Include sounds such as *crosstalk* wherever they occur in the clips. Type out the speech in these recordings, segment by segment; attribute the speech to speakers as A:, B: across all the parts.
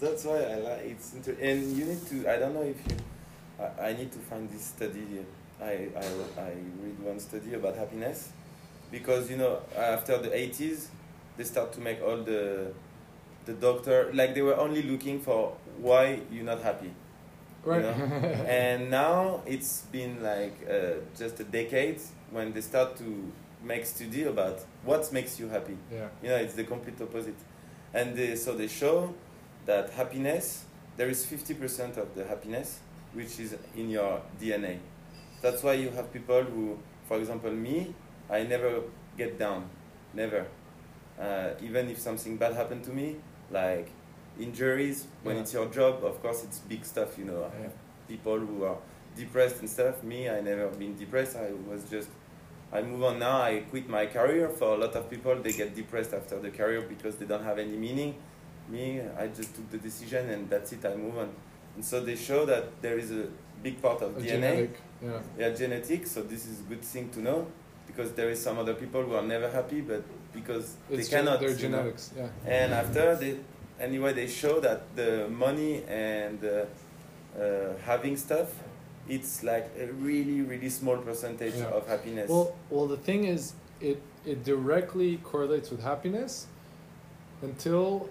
A: That's why I like it's inter- and you need to. I don't know if you. I, I need to find this study. I, I I read one study about happiness, because you know after the eighties, they start to make all the, the doctor like they were only looking for why you're not happy.
B: Right.
A: You know? and now it's been like uh, just a decade when they start to make study about what makes you happy.
B: yeah.
A: You know, it's the complete opposite. And they, so they show that happiness, there is 50% of the happiness which is in your DNA. That's why you have people who, for example, me, I never get down, never. Uh, even if something bad happened to me, like injuries, when
B: Yeah.
A: it's your job, of course, it's big stuff, you know
B: Yeah.
A: people who are depressed and stuff. Me, I never been depressed. I was just, I move on now. I quit my career. For a lot of people, they get depressed after the career because they don't have any meaning. Me, I just took the decision and that's it. I move on. And so they show that there is a big part of
B: A
A: DNA.
B: genetic. Yeah.
A: Yeah, genetic. So this is a good thing to know because there is some other people who are never happy, but because
B: It's
A: they
B: gen-
A: cannot.
B: They're
A: you know.
B: genetics. Yeah.
A: And after they, anyway, they show that the money and uh, uh, having stuff, it's like a really, really small percentage
B: Yeah.
A: of happiness.
B: Well, well, the thing is, it it directly correlates with happiness, until,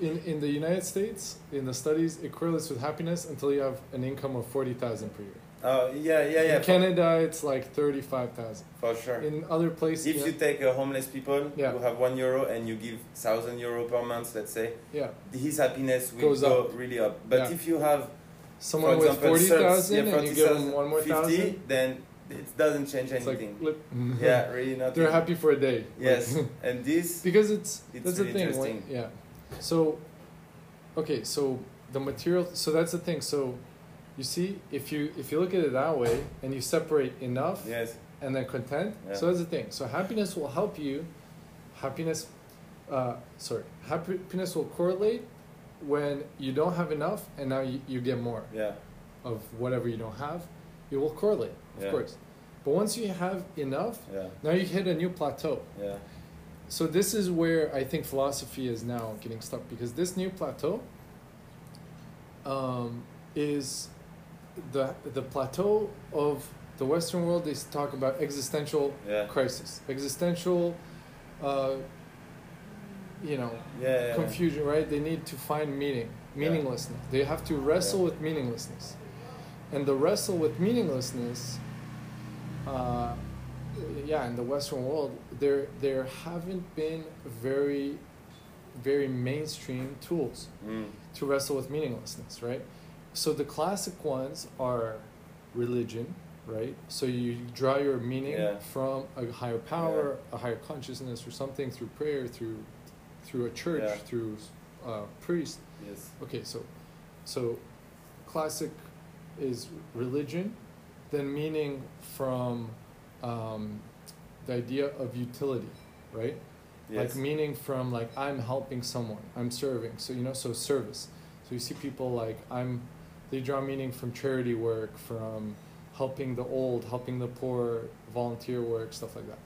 B: in in the United States, in the studies, it correlates with happiness until you have an income of forty thousand per year.
A: oh yeah, yeah, yeah,
B: in Canada, it's like thirty-five thousand.
A: for sure.
B: In other places,
A: if you take a homeless people
B: Yeah.
A: who have one euro and you give thousand euro per month, let's say,
B: yeah,
A: his happiness will
B: Goes
A: go
B: up.
A: really up. But
B: Yeah.
A: if you have,
B: someone
A: for example,
B: with forty thousand
A: thirty- yeah,
B: and you give them
A: 40,000,
B: one more
A: 50,
B: thousand,
A: then it doesn't change
B: it's like *laughs*
A: anything.
B: flip.
A: yeah, really nothing.
B: they're happy for a day. *laughs*
A: Yes, and this,
B: because it's,
A: It's
B: that's the
A: really
B: thing. When,
A: interesting.
B: yeah. So, okay, so the material. So that's the thing. So, you see, if you if you look at it that way, and you separate enough,
A: yes,
B: and then content.
A: Yeah.
B: So that's the thing. So happiness will help you. Happiness, uh, sorry, happiness will correlate when you don't have enough, and now you, you get more
A: yeah,
B: of whatever you don't have. It will correlate, of
A: Yeah.
B: course. But once you have enough,
A: yeah,
B: now you hit a new plateau.
A: yeah.
B: So this is where I think philosophy is now getting stuck because this new plateau um, is the the plateau of the Western world. They talk about existential
A: Yeah.
B: crisis, existential, uh, you know,
A: Yeah. yeah.
B: confusion. Right? They need to find meaning, meaninglessness. They have to wrestle with meaninglessness, and the wrestle with meaninglessness. Uh, yeah, in the Western world, there there haven't been very, very mainstream tools
A: Mm.
B: to wrestle with meaninglessness, right? So the classic ones are religion, right? So you draw your meaning
A: Yeah.
B: from a higher power, a higher consciousness, or something through prayer, through, through a church,
A: Yeah.
B: through uh, priest.
A: Yes.
B: Okay, so, so, classic is religion, then meaning from um, the idea of utility, right?
A: Yes.
B: like meaning from like I'm helping someone, I'm serving. So you know, so service. So you see people like I'm, they draw meaning from charity work, from helping the old, helping the poor, volunteer work, stuff like that.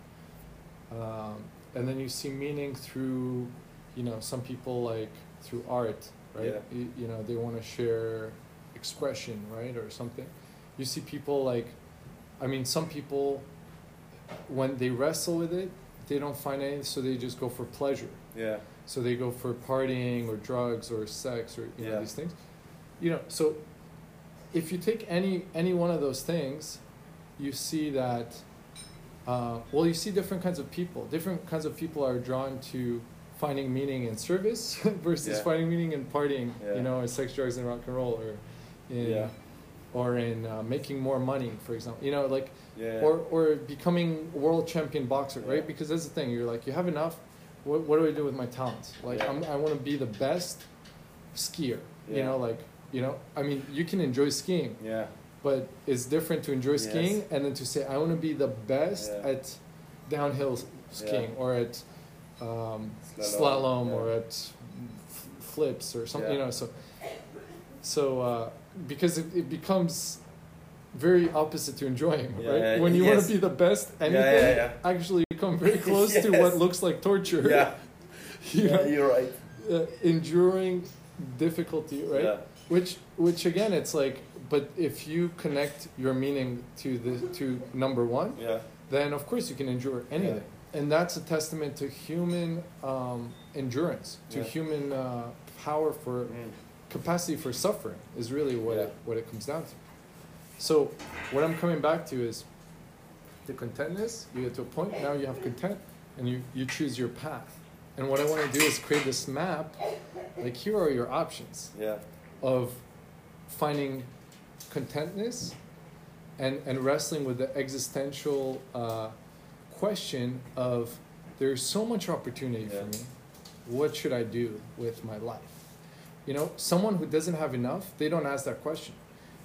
B: Um, and then you see meaning through, you know, some people like through art, right?
A: Yeah.
B: You, you know, they want to share expression, right, or something. You see people like, I mean, some people when they wrestle with it, they don't find anything, so they just go for pleasure.
A: Yeah.
B: So they go for partying or drugs or sex or you know
A: Yeah.
B: these things. You know, so if you take any any one of those things, you see that. Uh, well, you see different kinds of people. Different kinds of people are drawn to finding meaning in service *laughs* versus
A: Yeah.
B: finding meaning in partying.
A: Yeah.
B: You know, in sex, drugs, and rock and roll, or in
A: Yeah.
B: or in uh, making more money, for example. You know, like
A: Yeah.
B: or or becoming world champion boxer,
A: Yeah.
B: right? Because that's the thing. You're like, you have enough. What, what do I do with my talents? Like,
A: Yeah.
B: I'm, I want to be the best skier. You
A: Yeah.
B: know, like, you know, I mean, you can enjoy skiing,
A: yeah.
B: but it's different to enjoy
A: Yes.
B: skiing and then to say, I want to be the best
A: Yeah.
B: at downhill s-
A: Yeah.
B: skiing or at um,
A: Slalom,
B: slalom,
A: yeah.
B: or at f- flips or something. You
A: Yeah.
B: know, so so uh, because it, it becomes very opposite to enjoying,
A: Yeah,
B: right?
A: yeah,
B: when you want
A: yes.
B: to be the best,
A: Yeah,
B: anything
A: yeah, yeah.
B: actually you come
A: *laughs*
B: very close to what
A: Yes.
B: *laughs* looks like torture.
A: Yeah.
B: you
A: yeah.
B: know?
A: You're right.
B: uh, enduring difficulty, right?
A: Yeah.
B: Which which again, it's like, but if you connect your meaning to the to number one,
A: Yeah.
B: then of course you can endure anything, and that's a testament to human um, endurance, to
A: Yeah.
B: human uh, power for
A: Mm.
B: capacity for suffering is really what
A: Yeah.
B: it, what it comes down to. So what I'm coming back to is the contentness. You get to a point now you have content, and you you choose your path. And what I want to do is create this map. Like here are your options
A: Yeah.
B: of finding contentness and, and wrestling with the existential uh, question of there's so much opportunity
A: Yeah.
B: for me. What should I do with my life? You know, someone who doesn't have enough, they don't ask that question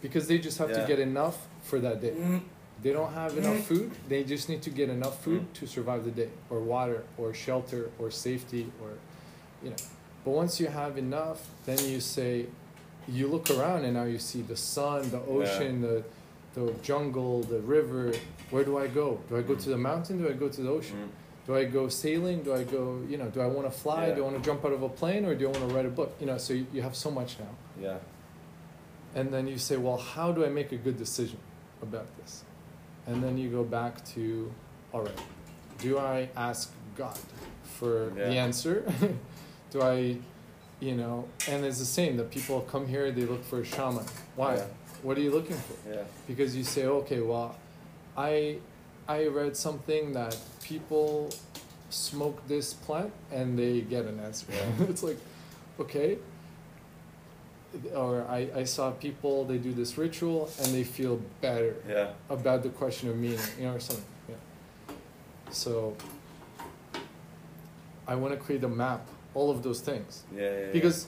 B: because they just have to
A: Yeah.
B: get enough for that day.
A: Mm.
B: They don't have enough
A: Mm.
B: food. They just need to get enough food
A: Mm.
B: to survive the day, or water, or shelter, or safety, or you know. But once you have enough, then you say, you look around and now you see the sun, the ocean, the the jungle, the river. Where do I go? Do I go to the mountain? Do I go to the ocean?
A: Mm.
B: Do I go sailing? Do I go, you know, do I want to fly?
A: Yeah.
B: Do I want to jump out of a plane or do I want to write a book? You know, so you, you have so much now.
A: Yeah.
B: And then you say, well, how do I make a good decision about this? And then you go back to, all right, do I ask God for the
A: Yeah.
B: answer? *laughs* do I, you know, and it's the same that people come here, they look for a shaman. Why?
A: Yeah.
B: What are you looking for?
A: Yeah.
B: Because you say, okay, well, I, I read something that people smoke this plant and they get an answer. *laughs*
A: Yeah.
B: it's like, okay. Or I, I saw people, they do this ritual and they feel better
A: Yeah.
B: about the question of meaning, you know, or something. Yeah. So I want to create a map, all of those things.
A: Yeah. yeah, yeah.
B: Because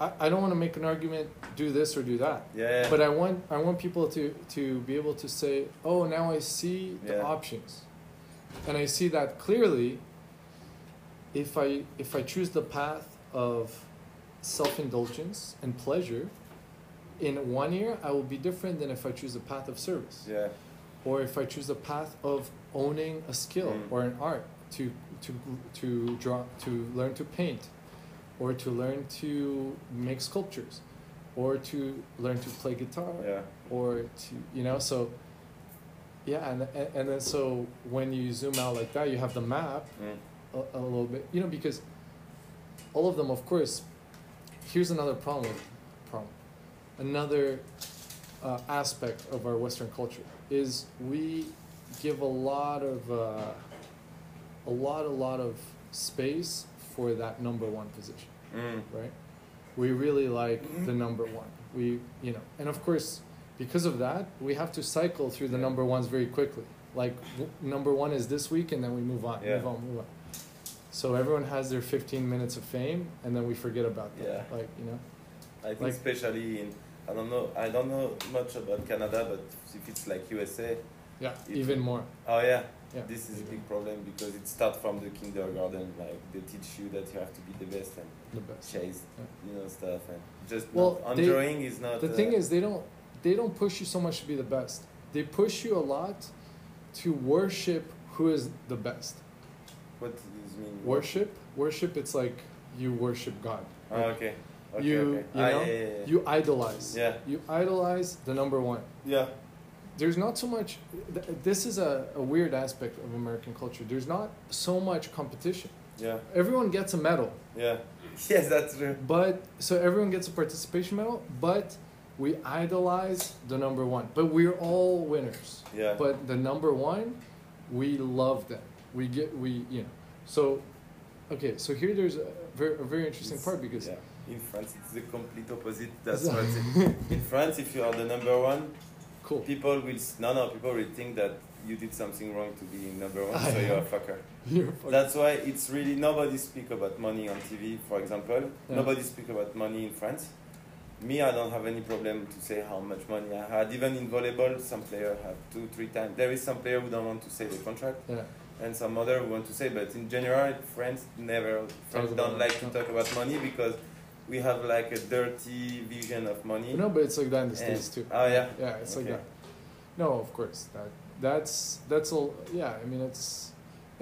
B: I, I don't want to make an argument, do this or do that.
A: Yeah. yeah.
B: But I want I want people to to be able to say, "Oh, now I see the
A: Yeah.
B: options." And I see that clearly if I if I choose the path of self-indulgence and pleasure in one year I will be different than if I choose the path of service
A: Yeah.
B: or if I choose the path of owning a skill
A: Mm.
B: or an art to to to draw to learn to paint or to learn to make sculptures or to learn to play guitar
A: Yeah.
B: or to you know so yeah and and and then so when you zoom out like that you have the map
A: Mm.
B: a, a little bit you know because all of them of course here's another problem problem another uh, aspect of our western culture is we give a lot of uh, a lot a lot of space for that number one position
A: Mm.
B: right? We really like the number one. We, you know, and of course, because of that, we have to cycle through the
A: Yeah.
B: number ones very quickly. Like w- number one is this week, and then we move on,
A: Yeah.
B: move on, move on. So everyone has their fifteen minutes of fame, and then we forget about that.
A: Yeah.
B: Like you know,
A: I think
B: Like-
A: especially in I don't know I don't know much about Canada, but if it's like USA,
B: yeah,
A: If-
B: even more.
A: oh yeah,
B: Yeah.
A: this is a
B: even
A: big problem because it starts from the kindergarten. Like they teach you that you have to be the best and
B: the best.
A: chase,
B: Yeah.
A: you know, stuff and just
B: Well,
A: not,
B: they-
A: enjoying is not.
B: The
A: uh,
B: thing is, they don't they don't push you so much to be the best. They push you a lot to worship who is the best.
A: Mm-hmm. what does it mean?
B: Worship, worship. It's like you worship God.
A: Oh, okay. Okay.
B: You-
A: okay.
B: you
A: ah,
B: know,
A: yeah, yeah, yeah.
B: You idolize.
A: Yeah.
B: You idolize the number one.
A: Yeah.
B: There's not so much. Th- this is a, a weird aspect of American culture. There's not so much competition.
A: Yeah.
B: Everyone gets a medal,
A: Yeah. *laughs* Yes, that's true.
B: but so everyone gets a participation medal, but we idolize the number one. But we're all winners.
A: Yeah.
B: But the number one, we love them. We get we you know. So, okay. So here there's a very, a very interesting
A: It's-
B: part because
A: yeah. in France it's the complete opposite. That's what
B: *laughs*
A: it- in France if you are the number one,
B: cool.
A: people will s- no no people will think that you did something wrong to be number one,
B: Ah,
A: so
B: yeah.
A: you're a fucker.
B: *laughs* You're fucking-
A: That's why it's really nobody speak about money on TV, for example.
B: Yeah.
A: Nobody speak about money in France. Me, I don't have any problem to say how much money I had. Even in volleyball, some player have two, three times. There is some player who don't want to say the contract,
B: yeah.
A: and some other who want to say. But in general, friends never friends
B: about
A: don't
B: it,
A: like to
B: no.
A: talk about money because we have like a dirty vision of money.
B: No, but it's like that in the
A: And-
B: states too.
A: oh, yeah?
B: Yeah, it's like
A: Okay.
B: that. No, of course that that's that's all. Yeah, I mean it's,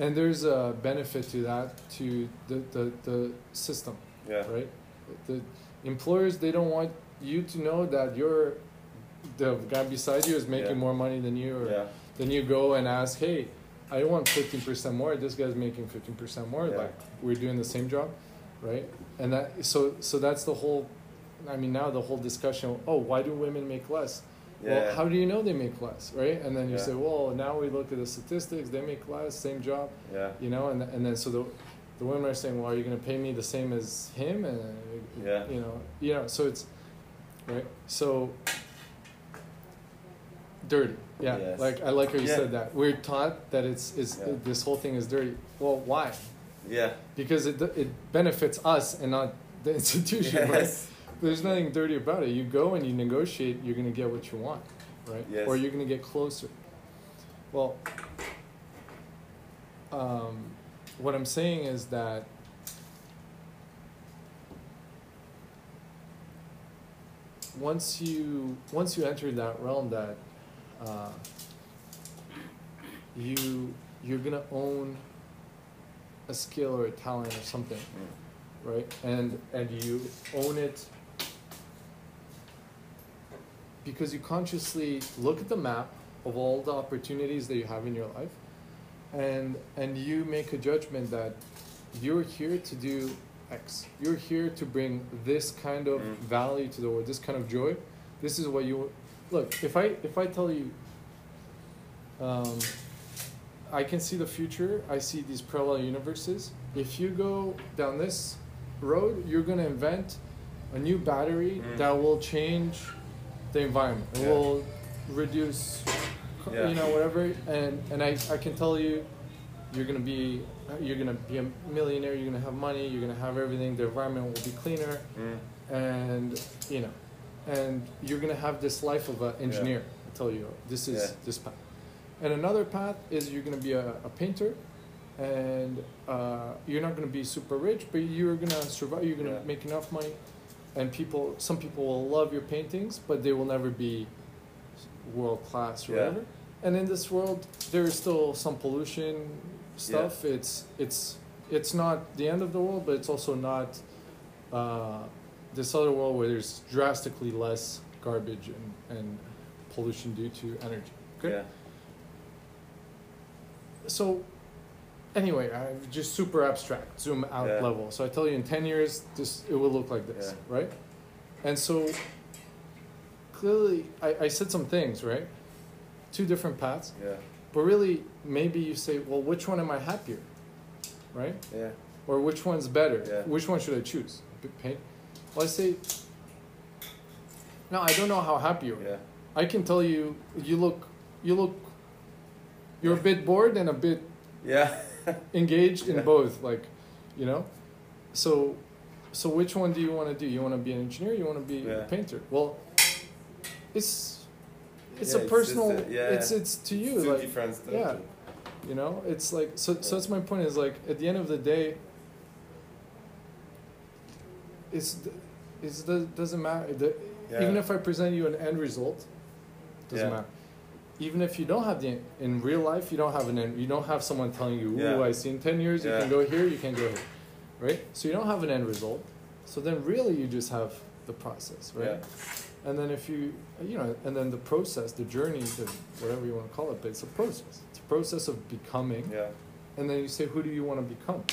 B: and there's a benefit to that to the the, the system,
A: Yeah,
B: right? The employers they don't want you to know that you're the guy beside you is making
A: Yeah.
B: more money than you or
A: yeah,
B: then you go and ask hey i want 15% more this guy's making 15% more
A: Yeah.
B: like we're doing the same job right and that so so that's the whole i mean now the whole discussion oh why do women make less well
A: yeah,
B: how do you know they make less right and then you
A: Yeah.
B: say well now we look at the statistics they make less same job
A: yeah,
B: you know and and then so the the women are saying well are you going to pay me the same as him and
A: Yeah.
B: you know you know so it's right so dirty yeah
A: Yes.
B: like i like how you
A: Yeah.
B: said that we're taught that it's is
A: Yeah.
B: this whole thing is dirty well why *laughs*
A: yeah.
B: because it it benefits us and not the *laughs* institution right
A: Yes.
B: there's nothing dirty about it you go and you negotiate you're going to get what you want right
A: Yes.
B: or you're going to get closer well um, what i'm saying is that once you once you enter that realm that uh, you you're going to own a skill or a talent or something
A: Mm.
B: right and and you own it because you consciously look at the map of all the opportunities that you have in your life and and you make a judgment that you're here to do x you're here to bring this kind of
A: Mm.
B: value to the world this kind of joy this is what you look if i if i tell you um, I can see the future. I see these parallel universes. If you go down this road, you're gonna invent a new battery
A: Mm.
B: that will change the environment. It
A: Yeah.
B: will reduce, co-
A: Yeah.
B: you know, whatever. And and I, I can tell you, you're gonna be you're gonna be a millionaire. You're gonna have money. You're gonna have everything. The environment will be cleaner,
A: Mm.
B: and you know, and you're gonna have this life of an engineer. I tell you, this is
A: Yeah.
B: this path. And another path is you're gonna be a, a painter, and uh, you're not gonna be super rich, but you're gonna survive. You're gonna
A: Yeah.
B: make enough money, and people. Some people will love your paintings, but they will never be world class or
A: Yeah.
B: whatever. And in this world, there is still some pollution stuff. It's it's it's not the end of the world, but it's also not uh, this other world where there's drastically less garbage and, and pollution due to energy. Okay?
A: Yeah.
B: So, anyway, I'm just super abstract, zoom out
A: Yeah.
B: level. So I tell you, in ten years, this it will look like this, right? And so, clearly, I, I said some things, right? Two different paths,
A: Yeah.
B: but really, maybe you say, well, which one am I happier, right?
A: Yeah.
B: or which one's better?
A: Yeah.
B: Which one should I choose? P- Paint. Well, I say. No, I don't know how happy you are.
A: Yeah.
B: I can tell you, you look, you look. You're a bit bored and a bit *laughs*
A: Yeah.
B: engaged
A: Yeah.
B: in both, like, you know. So, so which one do you want to do? You want to be an engineer? You want to be
A: Yeah.
B: a painter? Well, it's, it's
A: Yeah,
B: a
A: it's just
B: personal.
A: a- yeah.
B: It's it's to you,
A: Two
B: like
A: different stuff.
B: yeah. you know it's like so so that's my point is like at the end of the day it's th- it's the doesn't matter the,
A: Yeah.
B: even if i present you an end result doesn't
A: Yeah.
B: matter even if you don't have the in real life you don't have an end you don't have someone telling you ooh
A: Yeah.
B: i see in 10 years you
A: Yeah.
B: can go here you can go here right so you don't have an end result so then really you just have the process right
A: Yeah.
B: and then if you, you know, and then the process, the journey, the whatever you want to call it, but it's a process. It's a process of becoming.
A: Yeah.
B: And then you say, who do you want to become?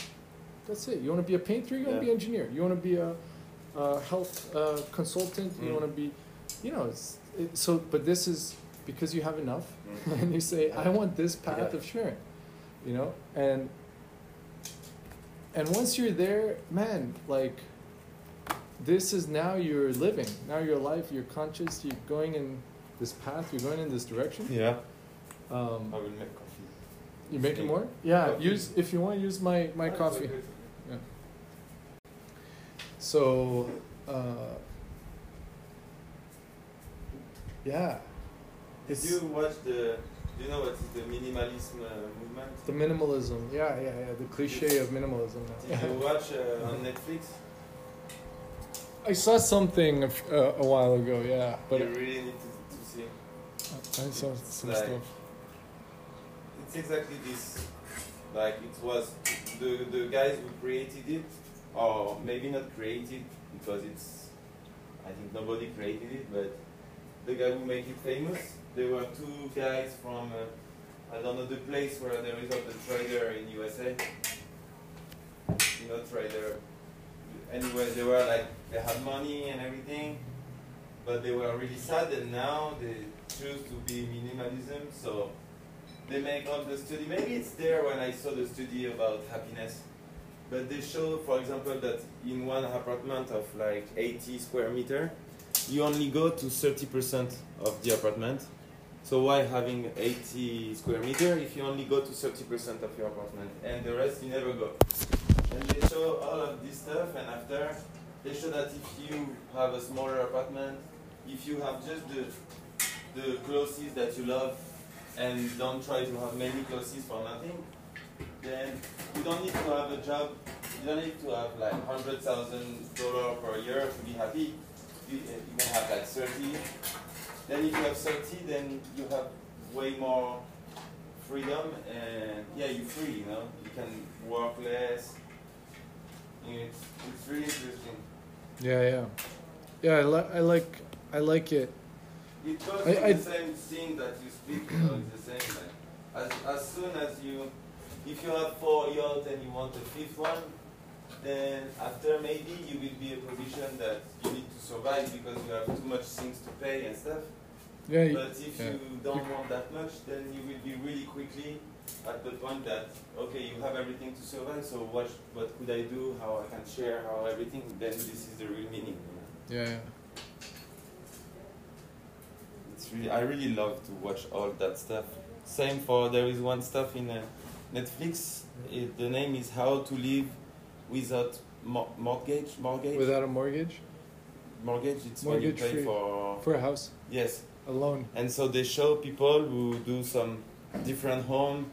B: That's it. You want to be a painter. You want
A: Yeah.
B: to be an engineer. You want to be a, a health uh, consultant. You
A: Mm.
B: want to be, you know, it's it, so. But this is because you have enough,
A: Mm.
B: *laughs* and you say, I want this path
A: Yeah.
B: of sharing, you know, and and once you're there, man, like this is now you're living. Now your life. You're conscious. You're going in this path. You're going in this direction.
A: Yeah.
B: Um,
C: will make coffee.
B: you making
A: Yeah.
B: more? Oh. Yeah.
C: Coffee.
B: Use if you want to use my my coffee. Yeah. So, uh, yeah,
A: Did
B: It's-
A: you watch the? Do you know what is the minimalism uh, movement?
B: the minimalism. Yeah, yeah, yeah. The cliche of minimalism.
A: Did you watch uh, on Netflix?
B: I saw something a, f- uh, a while ago. Yeah, but
A: you really need to, to see.
B: I, I saw
A: it's
B: some
A: like-
B: stuff.
A: It's exactly this. Like it was the the guys who created it, or maybe not created because it's I think nobody created it, but the guy who made it famous, there were two guys from, uh, I don't know the place where there is all the trader in USA. You know, trader. Anyway, they were like, they had money and everything, but they were really sad and now they choose to be minimalism, so they make all the study. Maybe it's there when I saw the study about happiness. But they show, for example, that in one apartment of like 80 square meter, you only go to 30% of the apartment. So why having 80 square meter if you only go to 30% of your apartment and the rest you never go? And they show all of this stuff, and after they show that if you have a smaller apartment, if you have just the the clothes that you love, and don't try to have many clothes for nothing, then you don't need to have a job. You don't need to have like hundred thousand dollar per year to be happy. You, eh, you can have like thirty. Then if you have thirty, then you have way more freedom and yeah, you're free. You know, you can work less. It's, it's really interesting.
B: Yeah, yeah, yeah. I, li- I like I like it.
A: It goes
B: I-
A: to
B: I-
A: the same thing that you speak. You know, it's the same. Like, as as soon as you, if you have four yachts and you want a fifth one, then after maybe you will be in a position that you need to survive because you have too much things to pay and stuff.
B: Yeah, you-
A: But if
B: yeah.
A: you don't want that much, then you will be really quickly at the point that okay, you have everything to survive. So what what could I do? How I can share? How everything? Then this is the real meaning. You know?
B: yeah, yeah.
A: It's really, I really love to watch all that stuff. Same for there is one stuff in uh, Netflix. It, the name is How to Live Without Mo- Mortgage. Mortgage.
B: Without a mortgage
A: mortgage. It's when you pay
B: Mortgage-free.
A: for
B: for a house,
A: yes.
B: a loan.
A: And so they show people who do some different home.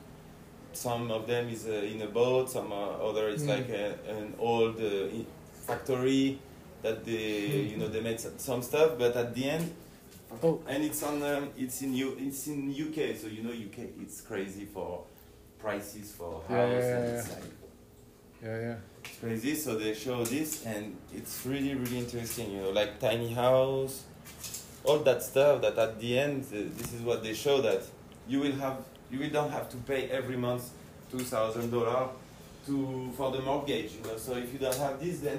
A: Some of them is uh, in a boat. Some uh, other is
B: Mm.
A: like a, an old uh, i- factory that they
B: Mm.
A: you know they made some- some stuff. But at the end,
B: Oh,
A: and it's on um, it's in U, it's in UK so you know UK it's crazy for prices for house
B: Yeah, yeah,
A: and
B: yeah,
A: it's
B: yeah.
A: like
B: yeah, yeah.
A: it's crazy so they show this and it's really really interesting you know like tiny house all that stuff that at the end uh, this is what they show that you will have you will don't have to pay every month two thousand dollar to for the mortgage you know so if you don't have this then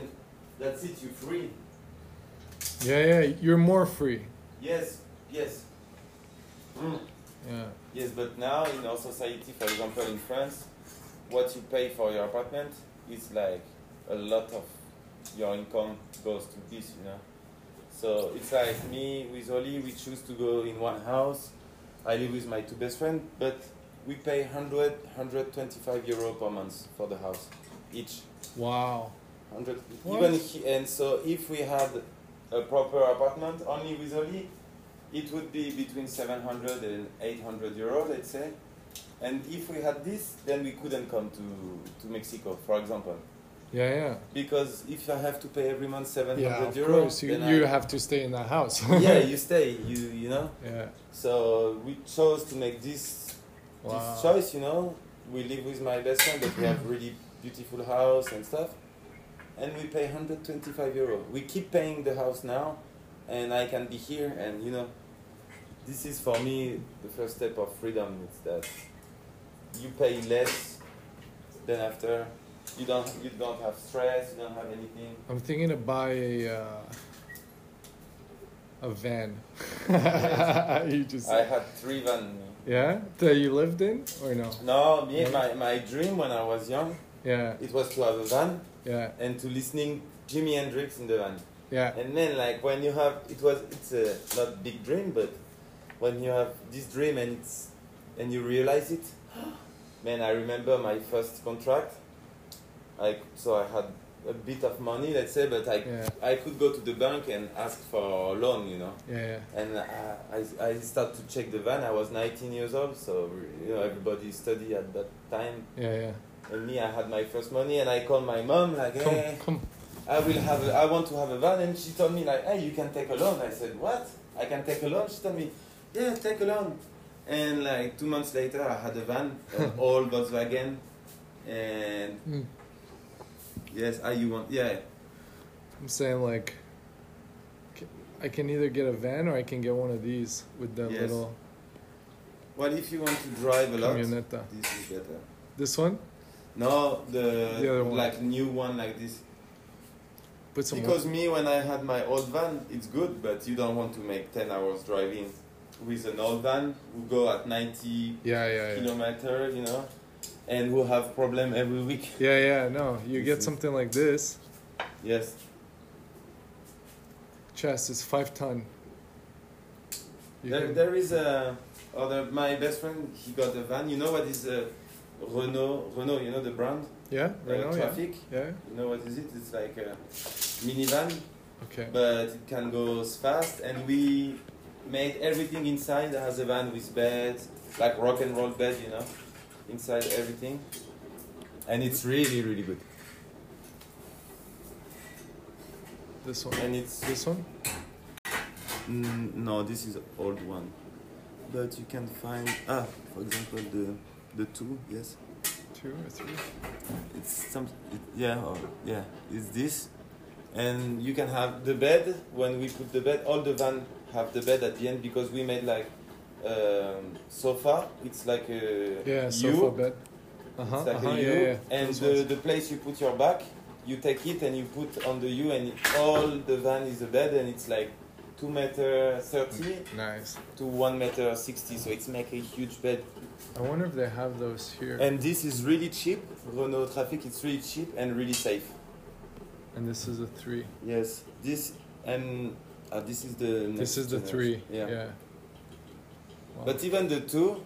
A: that's it you're free
B: Yeah, yeah, you're more free.
A: yes yes Mm.
B: Yeah.
A: Yes, but now in our society, for example in France, what you pay for your apartment is like a lot of your income goes to this, you know. So it's like me with Oli, we choose to go in one house. I live with my two best friends, but we pay 100, 125 euro per month for the house each.
B: Wow.
A: 100
B: What?
A: even he, and so if we had a proper apartment only with Oli it would be between 700 and 800 euro let's say and if we had this then we couldn't come to, to Mexico for example
B: Yeah, yeah.
A: because if I have to pay every month 700
B: Yeah, of
A: euro
B: course. You,
A: then
B: you
A: I-
B: have to stay in that house.
A: *laughs* yeah you stay you you know
B: *laughs* yeah.
A: so we chose to make this
B: Wow.
A: this choice, you know. We live with my best friend, but we have really beautiful house and stuff, and we pay 125 euro. We keep paying the house now, and I can be here, and you know, this is for me the first step of freedom. It's that you pay less, then after you don't you don't have stress, you don't have anything.
B: I'm thinking to buy a uh, a van. *laughs* you just
A: I had three van.
B: yeah that you lived in or no?
A: No, me my my dream when I was young,
B: Yeah,
A: it was to have a van
B: yeah,
A: and to listening Jimi Hendrix in the van.
B: yeah,
A: And then, like when you have, it was it's a not big dream, but when you have this dream and it's and you realize it, *gasps* man, I remember my first contract. I so I had a bit of money, let's say, but I
B: yeah,
A: I could go to the bank and ask for a loan, you know.
B: yeah,
A: And I I, I start to check the van. I was 19 years old, so you know everybody study at that time.
B: yeah, yeah.
A: And me, I had my first money, and I called my mom like,
B: yeah.
A: hey,
B: Come, come.
A: I will have. A, I want to have a van, and she told me like, "Hey, you can take a loan." I said, "What? I can take a loan?" She told me, "Yeah, take a loan." And like two months later, I had a van,
B: *laughs*
A: an old Volkswagen, and
B: Mm.
A: yes, I you want yeah.
B: I'm saying like, c- I can either get a van or I can get one of these with the
A: Yes.
B: little
A: Well, if you want to drive a lot,
B: camioneta.
A: this is better.
B: This one,
A: No, the,
B: The other one.
A: like new one like this.
B: put some.
A: because me, when I had my old van, it's good, but you don't want to make 10 hours driving with an old van who go at 90
B: yeah, yeah, yeah.
A: kilometer, you know, and who have problem every week.
B: Yeah, yeah, no. You
A: This
B: get
A: is-
B: something like this.
A: Yes.
B: Chest is five ton. You
A: There,
B: can-
A: there is a other my best friend. He got a van. You know what is a Renault? Renault, you know the brand.
B: yeah,
A: Uh,
B: right now, yeah.
A: traffic.
B: Yeah.
A: You know what is it? It's like a minivan,
B: Okay.
A: but it can go fast. And we made everything inside as a van with bed, like rock and roll bed, you know, inside everything. And it's really really good.
B: This one.
A: And it's
B: This one.
A: Mm, no, this is old one. But you can find ah, for example, the the two. Yes,
B: Two or three.
A: it's some. It, yeah, or, yeah. It's this, and you can have the bed. When we put the bed, all the van have the bed at the end because we made like um, sofa. It's like a
B: Yeah.
A: U.
B: Sofa bed. Uh huh.
A: It's like
B: uh-huh,
A: a
B: yeah,
A: U,
B: yeah.
A: and
B: Those
A: the,
B: ones.
A: the place you put your back, you take it and you put on the U, and all the van is a bed, and it's like two meter thirty
B: Nice.
A: to one meter sixty, so it's make a huge bed.
B: I wonder if they have those here.
A: And this is really cheap. Renault Traffic, it's really cheap and really safe.
B: And this is a three.
A: Yes, this and uh, this is the. next
B: This is the three.
A: generation.
B: Yeah.
A: yeah.
B: Wow.
A: But even the two,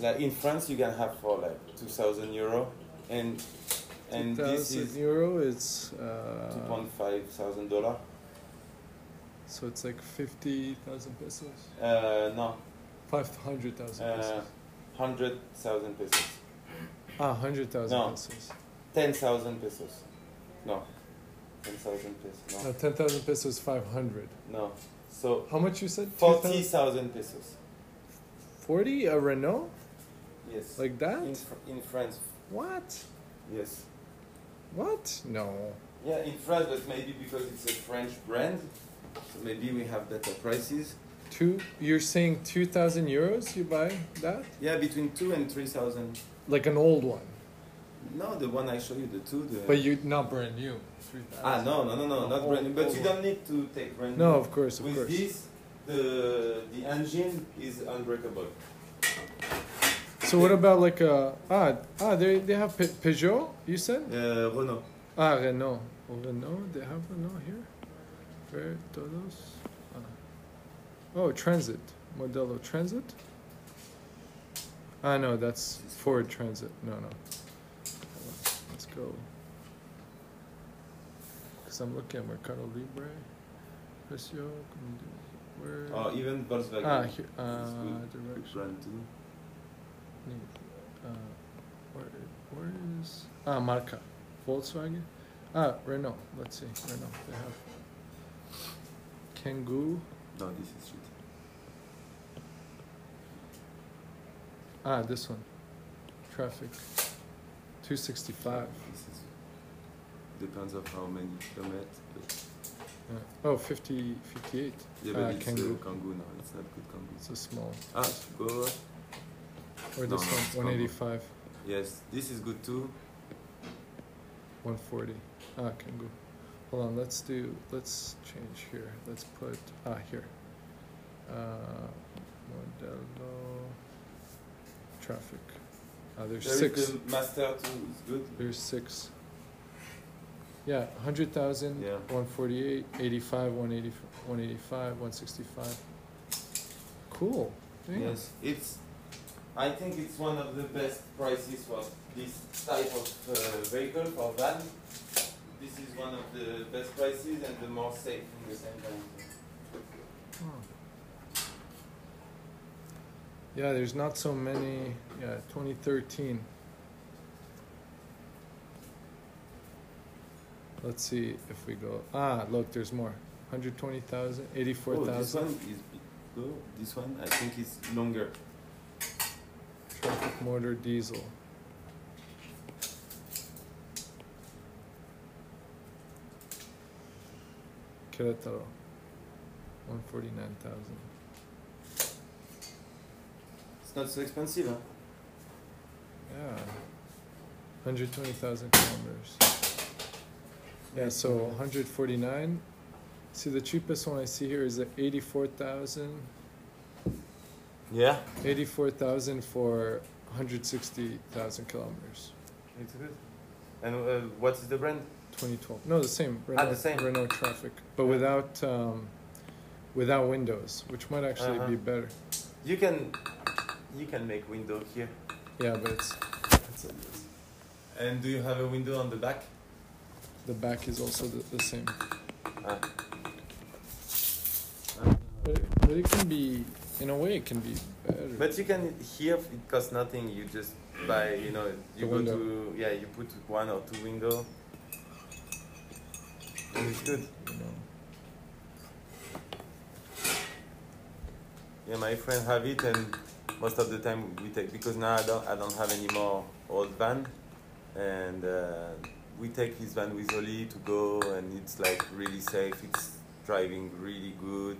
A: like in France, you can have for like two thousand euro, and and this
B: 2,000
A: is
B: euro. It's
A: two
B: uh,
A: point five thousand dollar.
B: so it's like fifty thousand pesos.
A: Uh, no,
B: Five hundred thousand
A: uh,
B: pesos.
A: hundred thousand pesos,
B: ah, hundred thousand
A: no.
B: pesos.
A: ten thousand pesos, no, ten thousand pesos,
B: No,
A: no,
B: ten thousand pesos. Five hundred.
A: no. So
B: How much you said?
A: 40,000 pesos.
B: 40 a Renault?
A: Yes.
B: Like that?
A: in, Fr- in France.
B: What?
A: Yes.
B: What? No.
A: Yeah, in France, but maybe because it's a French brand, so maybe we have better prices.
B: Two? You're saying 2,000 euros you buy that?
A: Yeah, between two and three thousand.
B: Like an old one.
A: No, the one I show you, the two. The
B: But you not brand new. 3,000.
A: ah no no no no not
B: Oh,
A: brand new. But
B: oh.
A: you don't need to take brand new.
B: No, of course, of
A: With
B: course.
A: this, the the engine is unbreakable.
B: So what about like a ah ah they they have Pe- Peugeot you said
A: Uh, Renault.
B: ah Renault oh, Renault they have Renault here where todos ah. oh Transit Modelo Transit ah no that's Ford Transit no no Hold on. let's go because I'm looking at Mercado Libre Precio where
A: Or Oh, even Volkswagen.
B: ah here
A: It's
B: uh,
A: good. Good
B: direction.
A: brand too.
B: Need, uh, where, where is ah marca Volkswagen ah Renault let's see Renault they have Kangoo
A: No, this is shit.
B: ah this one traffic 265
A: This is depends of how many kilometers. But
B: yeah. oh 50 58
A: Yeah,
B: ah,
A: but it's
B: Kangoo
A: Uh, Kangoo now. It's not good Kangoo.
B: it's a small
A: Ah, go.
B: or
A: No,
B: this
A: no, it's Kangoo.
B: one 185
A: Yes, this is good too.
B: 140 ah Kangoo hold on let's do let's change here let's put ah here uh modelo traffic ah there's
A: There is
B: six
A: the Master too. It's good.
B: there's six yeah 100,000
A: Yeah.
B: 148 85 180 185 165 cool Damn.
A: Yes, it's. I think it's one of the best prices for this type of uh, vehicle for van. This is one of the best prices and the more safe in the same time.
B: Oh. Yeah, there's not so many. Yeah, 2013. Let's see if we go. Ah, look, there's more. 120,000,
A: oh, this
B: 84,000.
A: one is. big. Oh, this one I think is longer.
B: Traffic motor diesel. Querétaro. One forty nine thousand.
A: It's not so expensive. Huh?
B: Yeah. Hundred twenty thousand kilometers. Yeah, so one hundred forty nine. See, the cheapest one I see here is at eighty four thousand.
A: Yeah.
B: Eighty four thousand for hundred sixty thousand kilometers.
A: It's good. And uh, what is the brand?
B: 2012. No, the same. Renault,
A: Ah, the same.
B: Renault Traffic, but without um, without windows, which might actually
A: Uh-huh.
B: be better.
A: You can you can make window here.
B: Yeah, but it's,
A: And do you have a window on the back?
B: the back is also the, the same.
A: Ah.
B: But it, but it can be, in a way, it can be better.
A: But you can here it costs nothing. You just buy you know you
B: The
A: go
B: window.
A: to yeah you put one or two window. And it's good.
B: you know.
A: Yeah, my friend have it, and most of the time we take because now I don't I don't have any more old van, and uh, we take his van with Oli to go, and it's like really safe. It's driving really good.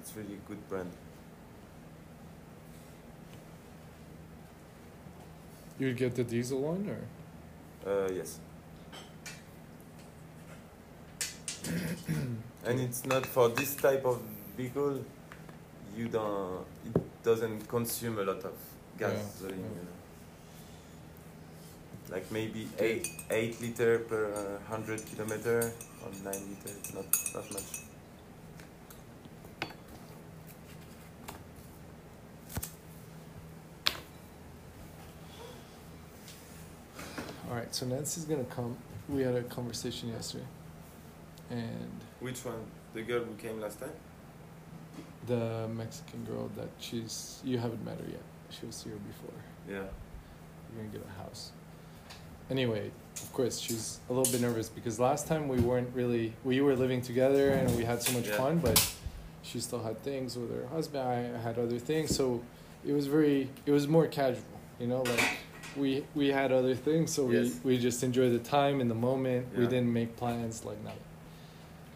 A: It's really good brand.
B: You would get the diesel one, or
A: Uh, yes. and it's not for this type of vehicle. You don't. It doesn't consume a lot of
B: Yeah,
A: gasoline.
B: yeah.
A: You know. Like maybe eight eight liter per uh, hundred kilometer or nine liter. It's not not much.
B: all right. So Nancy's gonna come. We had a conversation yesterday, and
A: Which one? The girl who came last time.
B: the Mexican girl that she's you haven't met her yet. She was here before.
A: Yeah.
B: We're gonna get a house. Anyway, of course, she's a little bit nervous because last time we weren't really we were living together and we had so much
A: Yeah.
B: fun, but she still had things with her husband. I had other things, so it was very it was more casual, you know, like we we had other things, so
A: Yes.
B: we we just enjoyed the time in the moment. We
A: Yeah.
B: didn't make plans like nothing.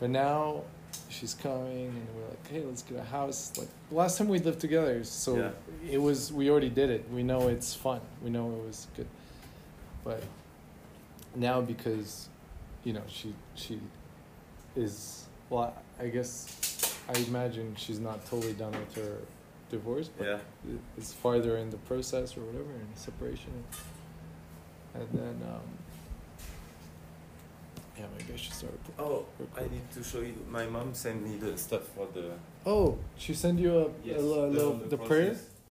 B: But now she's coming and we're like, hey, let's get a house. Like last time we lived together, so
A: Yeah.
B: it was we already did it. We know it's fun. We know it was good. But now because you know, she she is well, I I guess I imagine she's not totally done with her divorce, but
A: Yeah.
B: it- it's farther in the process or whatever in separation and then um yeah maybe i should start a po-
A: Oh, I
B: record.
A: need to show you. My mom sent me the stuff for the.
B: oh she sent you a, a,
A: Yes,
B: li-
A: the-
B: little
A: the
B: the, prayer
A: process.